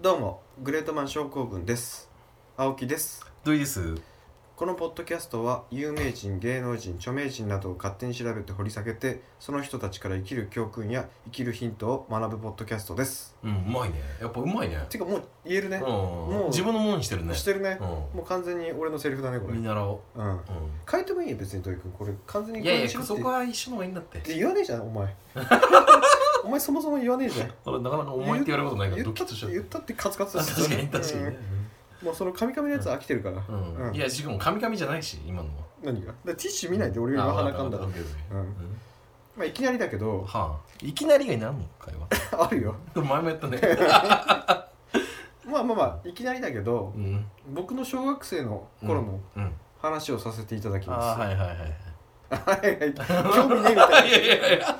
どうもグレートマン症候群です青木です土井です。このポッドキャストは有名人芸能人著名人などを勝手に調べて掘り下げてその人たちから生きる教訓や生きるヒントを学ぶポッドキャストですうん、うまいね。やっぱうまいね。てかもう言えるねうん、、もうう自分のものにしてるね。してるねう、もう完全に俺のセリフだねこん。れう見ん習おう。変えてもいいよ別に土井君これ完全うん。にいこれやにいしろや、ってそこは一緒の方がいいんだって。って言わねえじゃんお 前お前そもそも言わねえじゃん俺なかなかお前って言われることないから言ドっキたッとしちゃ言っう。たってカツカツあだし確かに確かにうんね。もうそのカミカミのやつは飽きてるから、うん。うんうんいや、しかもカミカミじゃないし、今のは。何がだからティッシュ見ないで俺が今鼻かんだあらわかったわかっうんたオッケーオッケーうんまあ、いきなりだけど はあ。いきなりがいなんの会話。あるよでも前もやったね。まあまあまあいきなりだけどうん。僕の小学生の頃のうん。話をさせていただきあまあ、す、はいはいはい。 はいはい興味ねえみたいないやいやいや。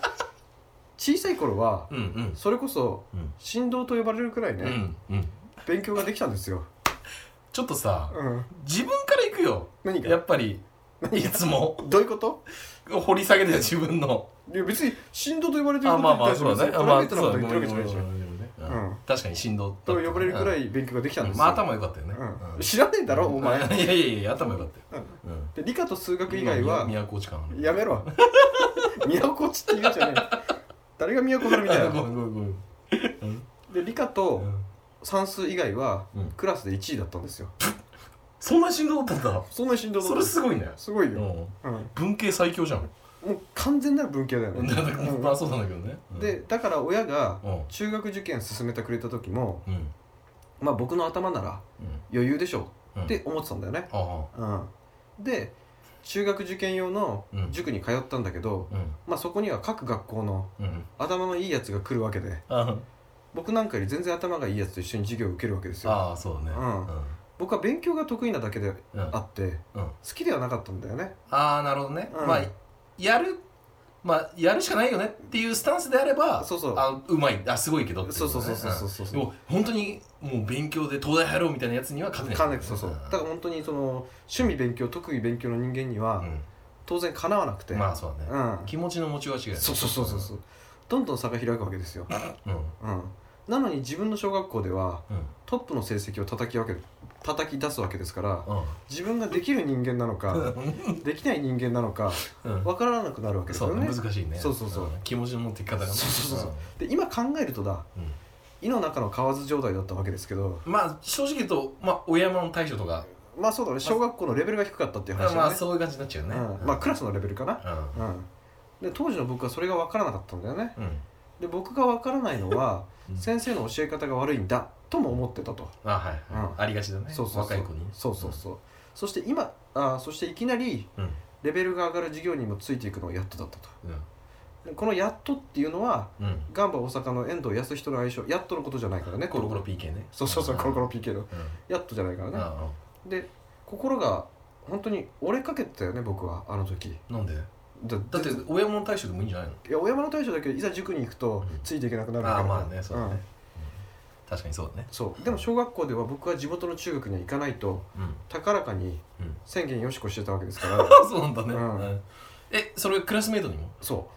小さい頃はうんうん。それこそうん振動と呼ばれるくらいね、うんうん。勉強ができたんですよ、ちょっとさ、うん、自分から行くよ。何やがっぱり、いつも。どういうこと掘り下げてた自分の。いや別に振動と呼ばれてるあ、ことまあにまあ、対して そ別にプライベートなことうだね。あ、まあ、そうだ言ってるわけじゃないじゃんね。確かに振動と呼ばれるくらい勉強ができたんですまよ、あ、頭良かったよね。うん、知らねえだろお前いやいやいや、頭良かったよ。うん。で理科と数学以外は宮古落ち感ある。やめろ 都落ちって言うじゃねえ誰が都からみた いごなめんごめんごめん。で理科と算数以外はうんクラスで1位だったんですよそんな振動だったんだ。そんな振動だそっれたすごいね。すごいよ、う文ん系最強じゃん。もう完全なる文系だよね、まあ、そうなんだけどね。うん、で、だから親がうん。中学受験進めてくれた時もうん。まあ僕の頭なら余裕でしょうん。って、思ってたんだよね、あうん、で中学受験用のうん塾に通ったんだけど、あ。うん。まあそこには各学校のうん。頭のいいやつが来るわけで僕なんかより全然頭がいいやつと一緒に授業を受けるわけですよああ、そうだね。僕は勉強が得意なだけでうん。うんあ。ってうん。好きではなかったんだよねああなるほどね、うんまあやるまあやるしかないよねっていうスタンスであればそうそうあうまいあすごいけどっていそうそうそうそうそううそうねんでも本当にもう勉強で東大入ろうみたいなやつには勝てないかなりそうそうだから本当にその趣味勉強特技勉強の人間にはうん当然かなわなくて、まあそうだね、うん気持ちの持ちようは違うよねそうそうそうそうそうどんどん差が開くわけですよ、うんうん、なのに自分の小学校ではうんトップの成績を叩き分け叩き出すわけですからうん自分ができる人間なのかできない人間なのかうん分からなくなるわけですそようだねね難しいねそうそうそうん気持ちの持っていき方がねそうそうそうで今考えるとだうん胃の中の蛙状態だったわけですけどまあ正直言うとまあ親山の対処とか、まあそうだね小学校のレベルが低かったっていう話だね、まあそういう感じになっちゃうよね、うんまあクラスのレベルかな、ううん、で当時の僕はそれが分からなかったんだよねん、うん、で僕が分からないのはうん先生の教え方が悪いんだとも思ってたと、あはい、はいうんありがちだねそうそうそう若い子にそうそうそう、そして今あそしていきなりうんレベルが上がる授業にもついていくのがやっとだったとうんでこの「やっと」っていうのはうんガンバ大阪の遠藤康人の相性やっとのことじゃないからねコロコロ PK ねそうそうそうコロコロ PK のうんやっとじゃないからねあで心が本当に折れかけてたよね僕はあの時あなんでだだって親も対象でもいいんじゃないのいや小山の大将だけどいざ塾に行くとうんついていけなくなるからああまあねそうだね、んうん確かにそうだねそうでも小学校では僕は地元の中学には行かないとうん高らかにうん宣言よしこしてたわけですから そうなんだね、うんうんえそれクラスメートにもそ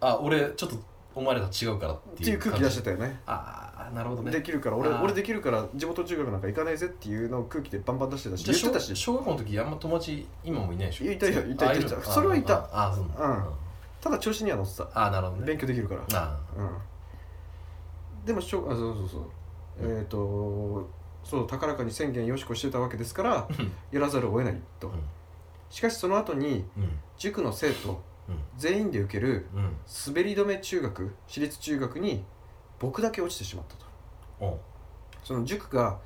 あ俺ちょっとお前らと違うからっうってていいうう空気出してたよねああなるほどねできるから俺あー俺できるから地元中学なんか行かないぜっていうのを空気でバンバン出してたしじゃ言ってあた小し小学校の時あんま友達今もいないでしょいたよいたあいたるいたあそれはいたああそうなんだうんただ調子には乗ってたああなるほどね勉強できるからあうんでも小あそうそうそうえっ、とそう高らかに宣言よしこしてたわけですからあうんやらざるを得ないと、うんしかしその後にうん塾の生徒うん全員で受けるうん滑り止め中学私立中学に僕だけ落ちてしまったとおうその塾が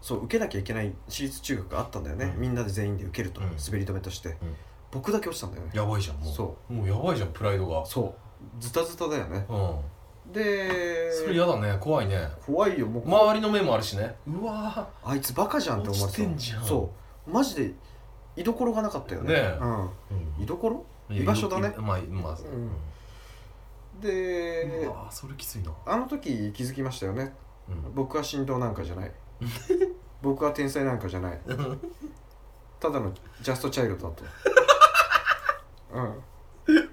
そう受けなきゃいけない私立中学があったんだよね、うんみんなで全員で受けると、うん滑り止めとして、ん僕だけ落ちたんだよねやばいじゃんもうそうもうやばいじゃんプライドがそうズタズタだよねうんでそれ嫌だね怖いね怖いよもう、周りの目もあるしねうわあいつバカじゃんって思われた落ちてんじゃんそうマジで居所がなかったよねねえうん、居所いや居場所だねいまあまあ、うんうでわそれきついな、あの時気づきましたよねうん、 僕は振動なんかじゃない僕は天才なんかじゃないただのジャストチャイルドだと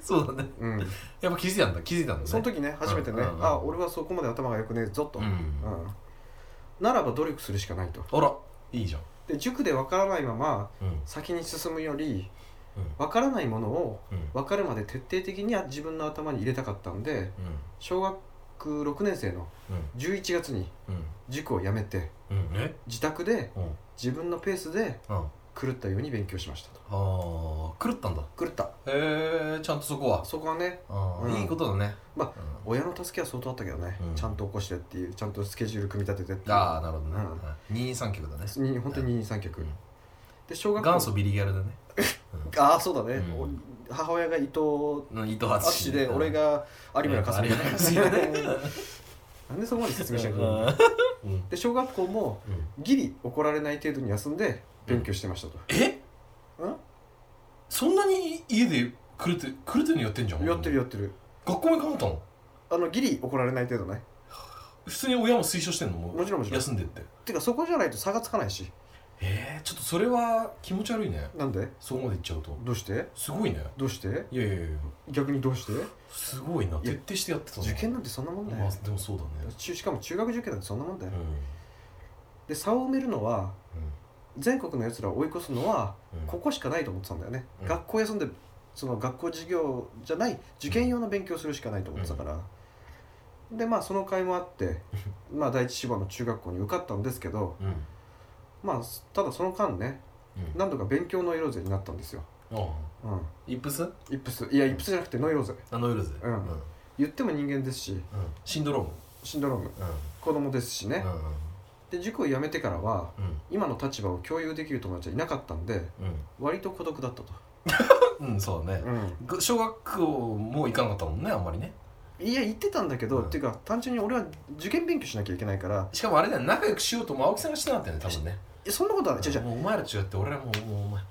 そうだねうんうんやっぱ気づいたんだ気づいたんだねその時ね初めてね、うんうんうんあ俺はそこまで頭が良くねえぞと、うんうんならば努力するしかないとあらいいじゃんで塾でわからないままうん先に進むよりうんわからないものをうんわかるまで徹底的に自分の頭に入れたかったんで小学6年生のうん11月にうん塾を辞めてうんえ自宅でうんうん自分のペースであ狂ったように勉強しましたとあ狂ったんだ狂ったへえちゃんとそこはそこはねあうんーいいことだねまあうん親の助けは相当あったけどね、うんちゃんと起こしてっていうちゃんとスケジュール組み立ててっていうああなるほどね、う二三曲だねに本当に二人三脚、うんで小学校元祖ビリギャルだねああそうだね、うんお母親が伊藤の伊藤淳淳で俺が有村架純有村架純ね なんでそこまで説明しなきゃいけないのうんうんで小学校もギリ怒られない程度に休んで勉強してましたと、えうんそんなに家で狂って狂ってるのやってんじゃんやってるやってる学校も行かなかったのあのギリ怒られない程度ね普通に親も推奨してんのもうもちろんもちろん休んでっててかそこじゃないと差がつかないしえー、ちょっとそれは気持ち悪いねなんでそこまで行っちゃうとどうしてすごいねどうしていやいやいや逆にどうしてすごいないや徹底してやってた受験なんててそんなもんだまよあ、でもそうだね中しかも中学受験なんてそんなもんだよ、うんで差を埋めるのはう全国のやつらを追い越すのはんうんここしかないと思ってたんだよね、うん学校休んでその学校授業じゃない受験用の勉強するしかないと思ってたから、でまあその会もあってまあ第一志望の中学校に受かったんですけどうんまあただその間ねうん何度か勉強ノイローゼになったんですよ、あうん、イップスイップスいやイップスじゃなくてノイローゼナノイルズうんうんうん言っても人間ですしシンドロームシンドロームう子供ですしねん、うんで塾を辞めてからはうん今の立場を共有できる友達はいなかったんでう割と孤独だったと、んうんそうだねうん、ぐ小学校も行かなかったもんねあんまりねいや言ってたんだけど、うんっていうか単純に俺は受験勉強しなきゃいけないからしかもあれだよ仲良くしようとも青木さんがしてなかったよね多分ねえそんなことはない違う違うもうお前ら違って俺らもうもうお前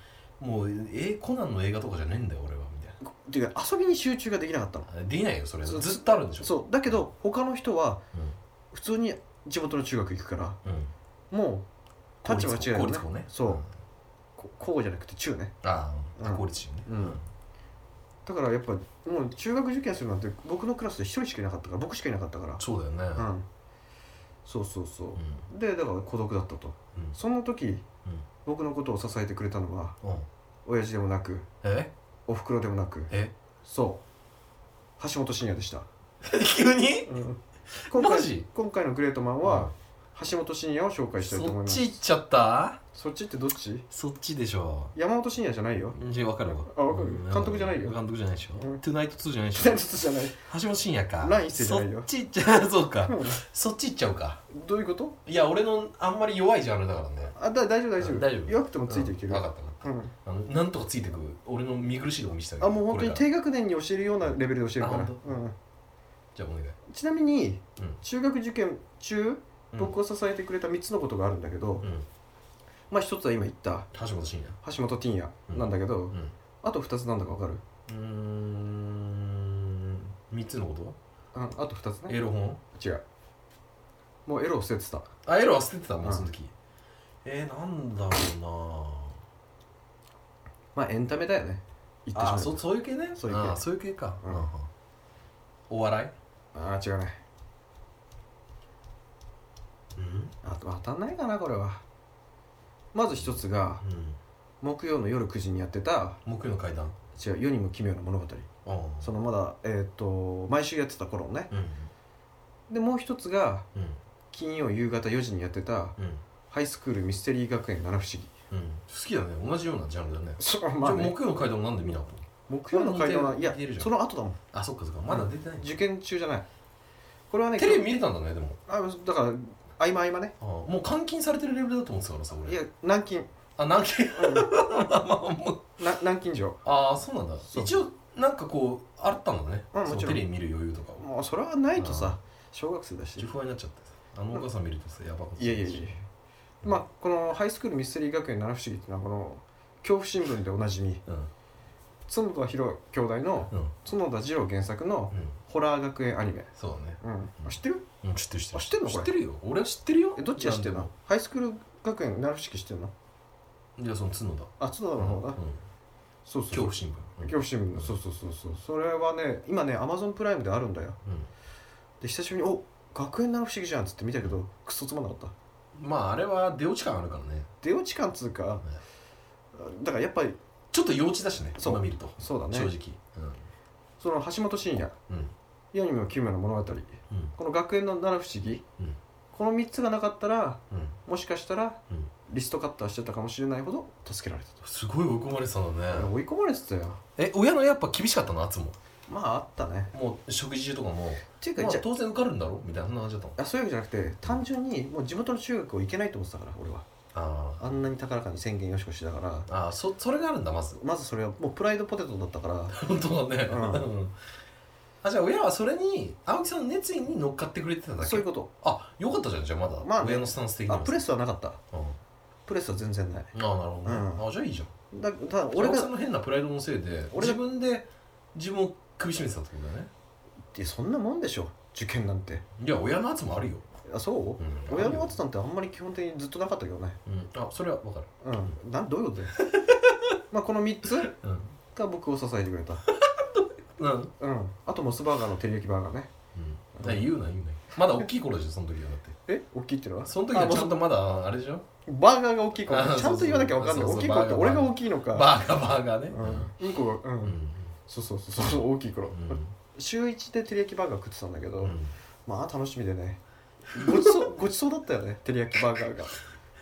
もうえコナンの映画とかじゃねえんだよ俺はみたいっていうか遊びに集中ができなかったのなできないよそれそうずっとあるんでしょそうだけど他の人はう普通に地元の中学行くからんうんもう立場が違うよね公立校ねそうんここうじゃなくて中ねあうあん公立中ねうんだからやっぱもう中学受験するなんて僕のクラスで一人しかいなかったから僕しかいなかったからそうだよねうんそうそうそううんでだから孤独だったとうんその時、僕のことを支えてくれたのはうん親父でもなくえ おふくろでもなくえそう橋本真也でした、急に今回マジ今回のグレートマンは橋本真也を紹介したいと思そいっますち行っちゃったそっちってどっちそっちでしょ山本真也じゃ ないよじゃあ分かるわあ分かるうん監督じゃないよ監督じゃないでしょうんトゥナイト2じゃないで しちょょっとじゃない橋本真也かラインしてじゃないよそっち行っちゃう そうかうそっち行っちゃうかんどういうこといや俺のあんまり弱いジャンルだからねあだ大丈夫大丈うん夫大丈夫弱くてもついていける、分かった分かっうんたあのなんとかついてく俺の見苦しいとこ見せてあげあるもう本当にこれから低学年に教えるようなレベルで教えるから、あう本当ん、じゃあお願いちなみにうん中学受験中うん僕を支えてくれた3つのことがあるんだけど、うんまあ一つは今言った橋本真也橋本ティンヤなんだけど、うんあと2つなんだか分かる、うーん3つのこうん、あと2つとねエロ本違うもうエロを捨ててたあエロは捨ててたもうんんその時えー、なんだろうなまあエンタメだよね言ってしまあうそそういう系ねそういう系あそういう系か、うんお笑あー違うねい、うんあと当たんないかなこれはまず一つが木曜の夜9時にやってた木曜の階段違う世にも奇妙な物語うんそのまだえっ、と毎週やってた頃のねうんでもう一つがうん金曜夕方4時にやってたうんハイスクールミステリー学園七不思議うん好きだね同じようなジャンルだねそうじまゃああね木曜の階段もなんで見なかったの木曜の会談は似いてるや似てるじゃんその後だもんあそっかそっかまだ出てない、受験中じゃないこれはねテレビ見れたんだねでもあだから合間合間ねあもう監禁されてるレベルだと思ってたからさ俺いや軟禁あ軟禁 まあまあもうな軟禁状ああそうなんだそう一応なんかこうあったんだね、うんそのもちろんテレビ見る余裕とかもうそれはないとうんさ小学生だし不安になっちゃってさあのお母さん見るとさやばかったいやいやいやまあこのハイスクールミステリー学園七不思議っていうのはこの恐怖新聞でおなじみうん角田博兄弟のうん角田二郎原作のうんホラー学園アニメ、そうだねうん、あ知ってるうん、知ってる知ってるあ知ってんの知こっれてるよ俺は知ってるよえどっちが知ってるのハイスクール学園七不思議知ってるのなんでもいやその角田あ角田の方だ、うん、そう恐そう怖新聞恐怖新聞のそうそうそうそうそれはね今ねアマゾンプライムであるんだようんで久しぶりに「お学園七不思議じゃん」っつって見たけどクソつまんなかったまああれは出落ち感あるからね出落ち感つうかだからやっぱりちょっと幼稚だしねそう今見るとそうだ正直ねその橋本真也うんうん世にも奇妙な物語うんこの学園の七不思議、うんこの3つがなかったらうんもしかしたら、うんリストカッターしてたかもしれないほど助けられたすごい追い込まれてたんだと、ね追い込まれてたよえ親のやっぱ厳しかったの圧もまああったねもう食事中とかも、っていうか、まあじゃ、当然受かるんだろみたいなそんな感じだっあそういうわけじゃなくて単純にもう地元の中学を行けないと思ってたから俺はたのああんなに高らかに宣言よしこしてたからあああそそれがあるんだまず まずそれはもうプライドポテトだったから本当だね、うあじゃあ親はそれに青木さんの熱意に乗っかってくれてただけそういうことあよかったじゃんじゃあまだ、まあね親のスタンス的にあはプレスはなかったうんプレスは全然ないああなるほどね、うあじゃあいいじゃんだただ俺俺ががその変なプライドのせいで俺自が分で自分を首絞めてたってことだよねいやそんなもんでしょ受験なんていや親の圧もあるよ、あそう、うん親の圧なんてあんまり基本的にずっとなかったけどねうん、あそれは分かるうんなんどういうこ とだよまあこの3つうんが僕を支えてくれたうん、うん、うんあとモスバーガーの照り焼きバーガーねだから言うな言うなまだ大きい頃でしょその時はだってえ大きいってのはその時はちゃんととまだあれでしょバーガーが大きいか あらそうちそゃうんと言わなきゃ分かんないそうそう大きい子ってバーガー俺が大きいのかバーガーバーガーねうんうんこがうん、うんそうそうそうそう大きい頃、週1で照り焼きバーガー食ってたんだけど、うんうんまあ楽しみでねごちそう ごちそうだったよね照り焼きバーガーが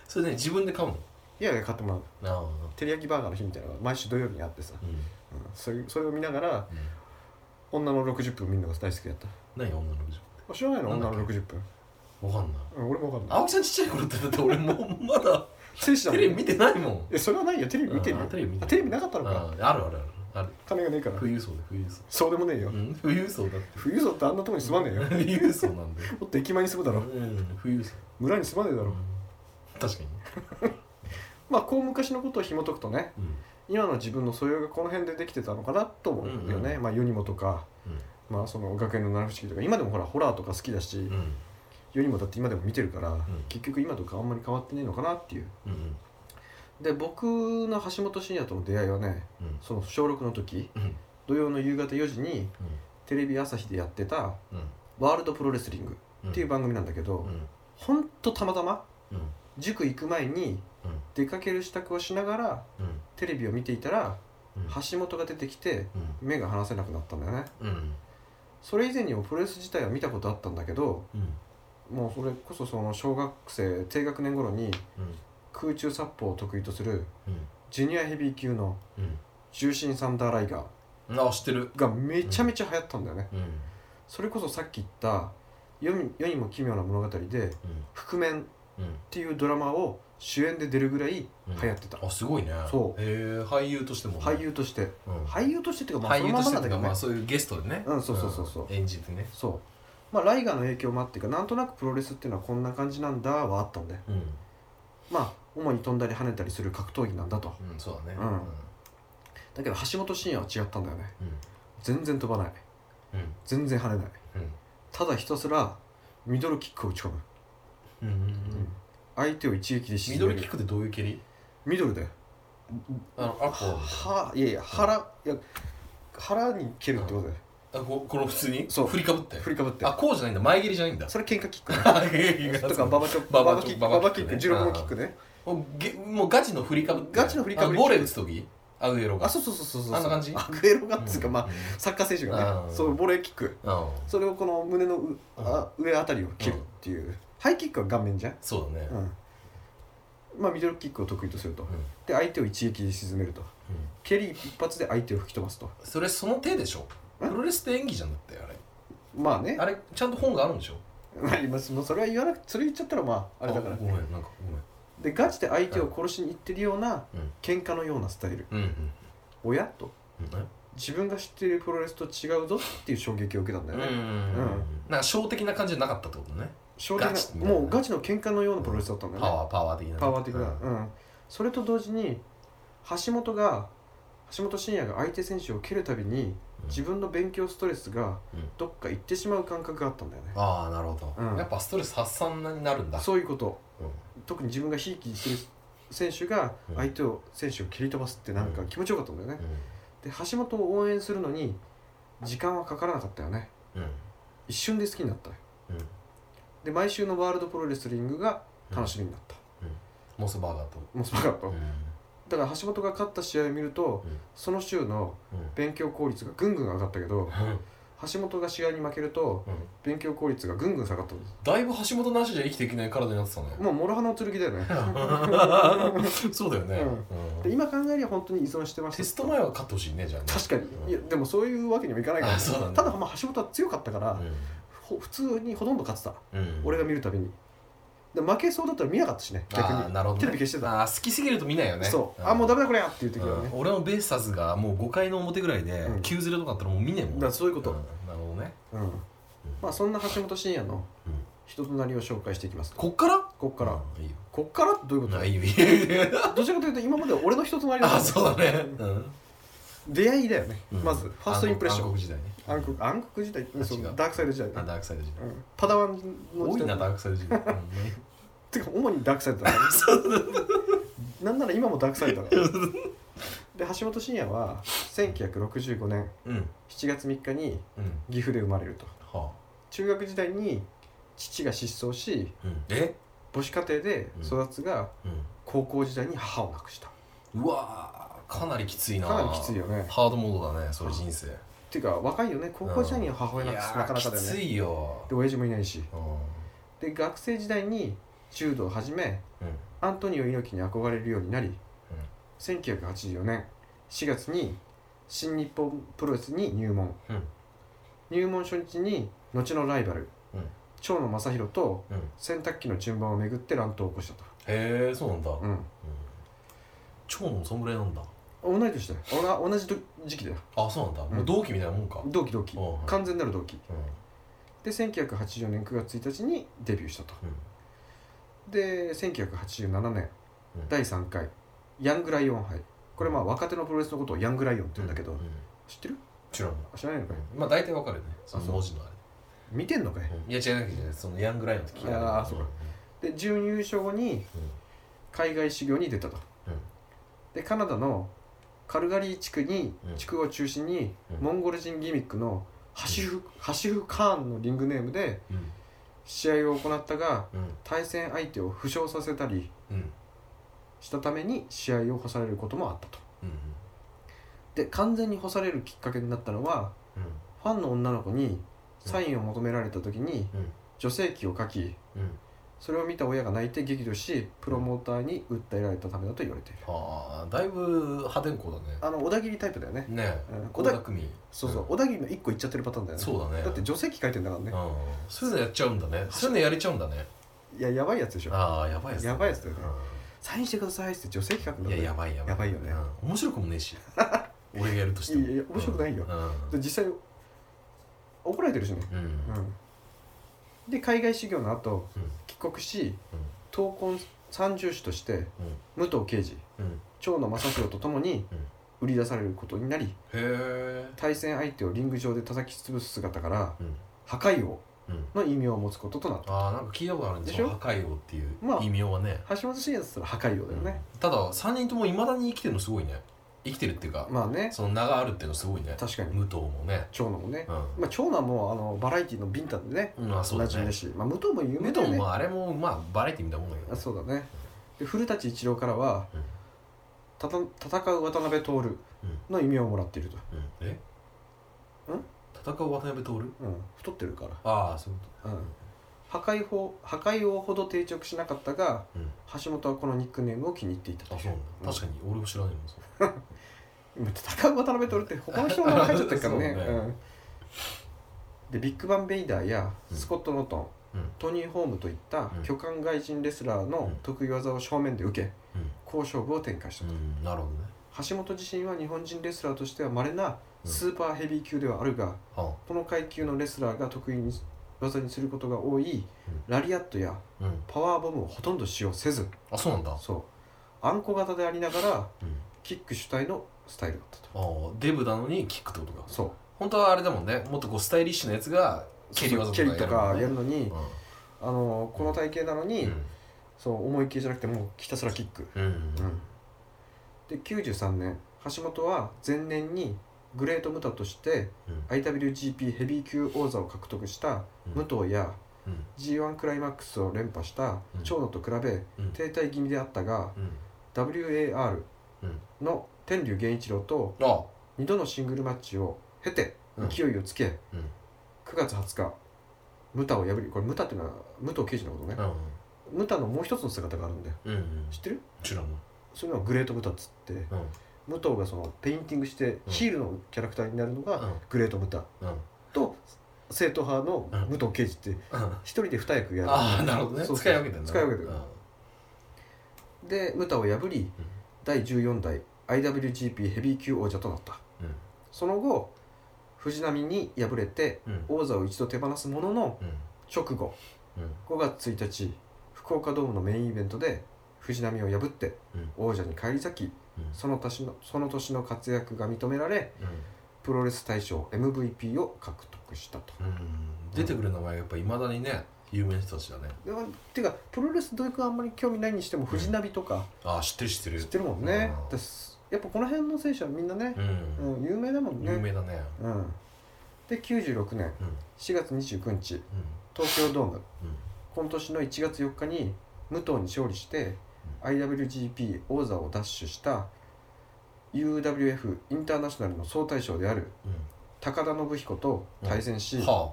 それね自分で買うのいやいや買ってもらうああ照り焼きバーガーの日みたいなのが毎週土曜日にあってさ、うんうん、それそれを見ながらうん女の60分見るのが大好きだった何女の子じあ知らないのなんだ女っけの60分、ゃんわかんないうん、俺も分かんない青木さんちっちゃい頃ってだって俺もうまだテレビだもテんレビ見てないもんえそれはないよテレビ見てるあよテレビ見てあるテレビなかったのかああるあるあるある金がねえから富裕層で富裕層そうでもねえよ、うん富裕層だって富裕層ってあんなとこに住まねえよ富裕層なんだよもっと駅前に住むだろうん富裕層村に住まねえだろ確かにねまあこう昔のことを紐解くとねうん今の自分の素養がこの辺でできてたのかなと思うよね、うんうまあ世にもとかうんまあその学園の七不思議とか今でもほらホラーとか好きだし、うん世にもだって今でも見てるから、結局今とかあんまり変わってねえのかなっていううんで僕の橋本真也との出会いはねうんその小6の時うん土曜の夕方4時にテレビ朝日でやってたうん「ワールドプロレスリング」うんっていう番組なんだけど、うんほんとたまたまうん塾行く前にうん出かける支度をしながらうんテレビを見ていたらうん橋本が出てきてうん目が離せなくなったんだよねうんそれ以前にもプロレス自体は見たことあったんだけどうんもうそれこそその小学生低学年頃にうん空中殺法を得意とするうんジュニアヘビー級の重心サンダーライガうんあ知ってるーがめちゃめちゃ流行ったんだよね、うんそれこそさっき言った世に世にも奇妙な物語でうん「覆面」っうんていうドラマを主演で出るぐらいうん流行ってた、あすごいねそうへえ俳優としても俳優としてうん俳優としてっていうかまあそ俳の優まとんしまなんだてとけかどねまあそういうゲストでねうんそうそうそうそう演じてねそうまあライガーの影響もあってかなんとなくプロレスっていうのはこんな感じなんだはあったんでうんまあ主に飛んだり跳ねたりする格闘技なんだとうんそうだねうんだけど橋本真也は違ったんだよね全然飛ばないうんうん全然跳ねないうんただひたすらミドルキックを打ち込む、うんうん相手を一撃で沈ミめドるルキックってどういう蹴りミドルだよあのあこうはいやいや腹、いや腹に蹴るってことだよあここの普通にそう振りかぶって振りかぶってあこうじゃないんだ前蹴りじゃないんだそれ喧嘩キックととかババチョババババチキョックババキッババキックねク16のキックねもうげもうガチの振りかぶってガチの振りかぶりあボレー打つ時アウエロがあそうそうそうそうそうあんな感じアグエロがっつうか、うんまあサッカー選手がうねんそうボレーキックうんそれをこの胸のうあ上あたりを切るっていう、ハイキックは顔面じゃん、そうだねうんまあ、ミドルキックを得意とすると、うんで相手を一撃で沈めるとうん蹴り一発で相手を吹き飛ばすとそれその手でしょプえロレスって演技じゃんだってあれまあねあれちゃんと本があるんでしょ まあ今そのそれは言わなくそれ言っちゃったらまああれだからごめんなんかでガチで相手を殺しに行ってるようなうん喧嘩のようなスタイルごめんうんうん親とうん自分が知っているプロレスと違うぞっていう衝撃を受けたんだうよんね、なんか小的な感じじゃなかったってことね正直ガチってなねもうガチの喧嘩のようなプロレスだったんだよパね、ワーパワー的なねパワー的な、うんうんそれと同時に橋本が橋本真也が相手選手を蹴るたびに自分の勉強ストレスがうんどっか行ってしまう感覚があったんだよね、ああなるほうんどやっぱストレス発散になるんだそういうことうん特に自分がひいきしてる選手がうん相手を選手を蹴り飛ばすってなんかうん気持ちよかったんだよね、で橋本を応援するのに時間はかからなかったよねうん一瞬で好きになったようんで毎週のワールドプロレスリングが楽しみになった、モスバーガーともうすごかった、うんうんだから橋本が勝った試合を見ると、うんその週の勉強効率がぐんぐん上がったけど橋本が試合に負けるとうん勉強効率がぐんぐん下がったんですだいぶ橋本なしじゃ生きていけない体になってたねもう諸刃の剣だよね そうだよね、うんで今考えりゃ本当に依存してましたテスト前は勝ってほしいねじゃあね確かうんにいやでもそういうわけにもいかないからあそうなんだただまあ橋本は強かったから、ほ普通にほとんど勝ってたうんうん俺が見るたびにで負けそうだったら見なかったしね逆あーになるほど、ね、テレビ消してたあー好きすぎると見ないよねそうあもうダメだこれやっていう時はうねん、俺もベイスターズがもう5回の表ぐらいでうん9ゼ0とかだったらもう見ねえもんだからそういうことんなるほどね、うんまあそんな橋本真也のうん人となりを紹介していきますこっからこっから、うんいいよこっからってどういうことあいいよいいよどちらかというと今までは俺の人となりだった あそうだね、うん出会いだよね、うんまずファーストインプレッション暗黒時代ね暗黒暗黒時代あそう違うダークサイド時代あね、ダークサイド時代うん、パダワンの多時いな代ダークサイド時代、うんてか主にダークサイドだね なんなら今もダークサイドだからで橋本真也は1965年うん7月3日にうん岐阜で生まれるとは中学時代に父が失踪しあ、うん、え母子家庭で育つが高校時代に母を亡くしたうんうわーかなりきついなかなりきついよねハードモードだねそれ人生っていうか若いよね高校時代に母親亡くすなかなかだよいやーきつねいよで親父もいないしうで学生時代に柔道を始めんうんアントニオ猪木に憧れるようになり、1984年4月に新日本プロレスに入門、うん入門初日に後のライバル、うん長野正弘とうん洗濯機の順番をめぐって乱闘を起こしたへえそうなんだ、と、うん、長野もそんぐらいなんだ同い年だよおな同じ時期だよあそうなんだ、もう同期みたいなもんか、同期同期あはい完全なる同期うんで1984年9月1日にデビューしたとうで1987年、うん第3回ヤングライオン杯これまあ若手のプロレスのことをヤングライオンって言うんだけど、うん、知ってる知らんのあ知らないのかいまあ大体わかるよねそのあそう文字のあ見てんのかいれ、いや違うわけじゃないそのヤングライオンって聞いたことあーそうかで準優勝後に海外修行に出たとでカナダのカルガリー地区に、うん地区を中心に、うんモンゴル人ギミックのハシフ、ハシフカーンのリングネームでうんうん試合を行ったがうん対戦相手を負傷させたりうんしたために試合を干されることもあったとうんで完全に干されるきっかけになったのはファンの女の子にサインを求められた時にうん女性器を書きうんうんそれを見た親が泣いて激怒しプロモーターに訴えられたためだと言われているあーだいぶ破天荒だあの小田切タイプだよねねねうんえ小倖田田來未そうそう小田切の1個いっちゃってるパターンだよねそうだねだって女性器書いてんだからねうん、そういうのやっちゃうんだねそういうのやれちゃうんだねいややばいやつでしょああやばいやつやばいやつだよねうんサインしてくださいっつって女性器書くんだいやねやばいやばいやばいよねうん面白くもねえし 俺がやるとしてもいやいや面白くないようで実際怒られてるしねんうんうんうんで海外修行の後うん帰国し闘魂三重士としてうん武藤敬司うんうん長野正弘と共にうん売り出されることになりへえ対戦相手をリング上で叩き潰す姿からうん破壊王うんの異名を持つこととなったああなんか聞いたことあるんですでしょよ破壊王っていうまあ異名はね橋本真也だったら破壊王だよね、うんただ3人ともいまだに生きてるのすごいね生きてるっていうかまあねその名があるっていうのすごいね確かに武藤もね長野もね、うんまあ、長男もあのバラエティのビンタでねうんあそう同だじみだねし、まあ、武藤も有武名だよ藤ねもあれもまあバラエティ見たいなもんだけどあそうだねで古舘一郎からはうんたた戦う渡辺徹の異名をもらっていると、うんうんえ戦う渡辺徹うん、太ってるかああそういうこら、うん、破壊法破壊王ほど定着しなかったがとうん橋本はこのニックネームを気に入っていたとあそうなんだ確かに俺も知らないもんそれ今戦う渡辺徹って他の人の名前書いちゃってるからね そうねうん、でビッグバン・ベイダーやうんスコット・ノートン、うんトニー・ホームといったうん巨漢外人レスラーのうん得意技を正面で受けうん好勝負を展開したと、うんなるほどね橋本自身は日本人レスラーとしては稀なうんスーパーヘビー級ではあるが、はこの階級のレスラーが得意に技にすることが多いラリアットやあうんパワーボムをほとんど使用せずあそうなんだ、そうあんこ型でありながらうん、キック主体のスタイルだったとああデブなのにキックってことかそう本当はあれだもんねもっとこうスタイリッシュなやつが蹴り技蹴りととかかややるるのに、あのこの体型なのうに、んそう思い切りじゃなくてもうひたすらキック、うんうんで93年橋本は前年にグレート・ムタとして IWGP ヘビー級王座を獲得したうん武藤やうん、 g 1クライマックスを連覇したうん長野と比べうん停滞気味であったがうん WAR うんの天竜源一郎とあ2度のシングルマッチを経てうん勢いをつけ、うん9月20日ムタを破りこれムタっていうのは武藤敬司のことね、ムタのもう一つの姿があるんだようんうん知ってる知らないそういうのはグレートムタっつってうん武藤がそのペインティングしてうんヒールのキャラクターになるのうがんグレートムタうんと正統派の武藤敬司ってあ一人で二役やるあなるほどねそうそう使い分けてんだ使い分けてるうんでムタを破り、うん第14代 IWGP ヘビー級王者となったうんその後藤波に敗れてうん王座を一度手放すもののうん直後うん5月1日福岡ドームのメインイベントで藤波を破ってうん王者に返り咲きうんその年のその年の活躍が認められプロレス大賞 MVP を獲得したと。うん出てくる名前がやっぱいまだにね有名な人たちだねでていうかプロレスどういうかあんまり興味ないにしても藤波とかああ知ってる知っ知てっるてるもんねうん。ですやっぱこの辺の選手はみんなねう、んうん、有名だもんね。有名だねうん、で96年うん4月29日うん東京ドームうん今年の1月4日に武藤に勝利してう IWGP 王座を奪取した UWF インターナショナルの総大将であるう高田信彦と対戦し、んは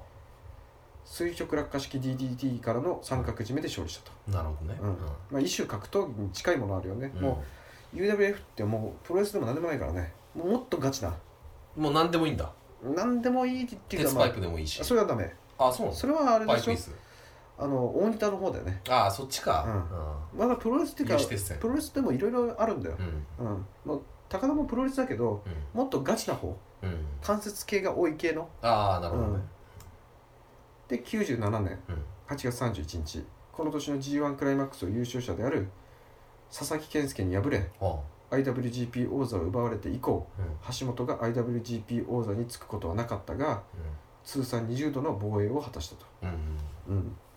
垂直落下式 DDT からの三角締めで勝利したと、あなるほどねうんまあ、一種格闘技に近いものあるよね、うんもう UWF ってもうプロレスでも何でもないからねもうもっとガチなもう何でもいいんだ何でもいいっていうか、鉄まパあイプでもいいしあ、それはダメあそうなそれはあれのパでイしプょ椅子あの大仁田の方だよねああそっちかまだプロレスってういんうか有刺鉄線プロレスでもいろいろあるんだよう、んうんもう高田もプロレスだけどうもっとガチな方んうん関節系が多い系のああなるほどねで97年う8ん月31日この年の g 1クライマックスを優勝者である佐々木健介に敗れは IWGP 王座を奪われて以降あうん橋本が IWGP 王座につくことはなかったが通算20度の防衛を果たしたと、うんうん、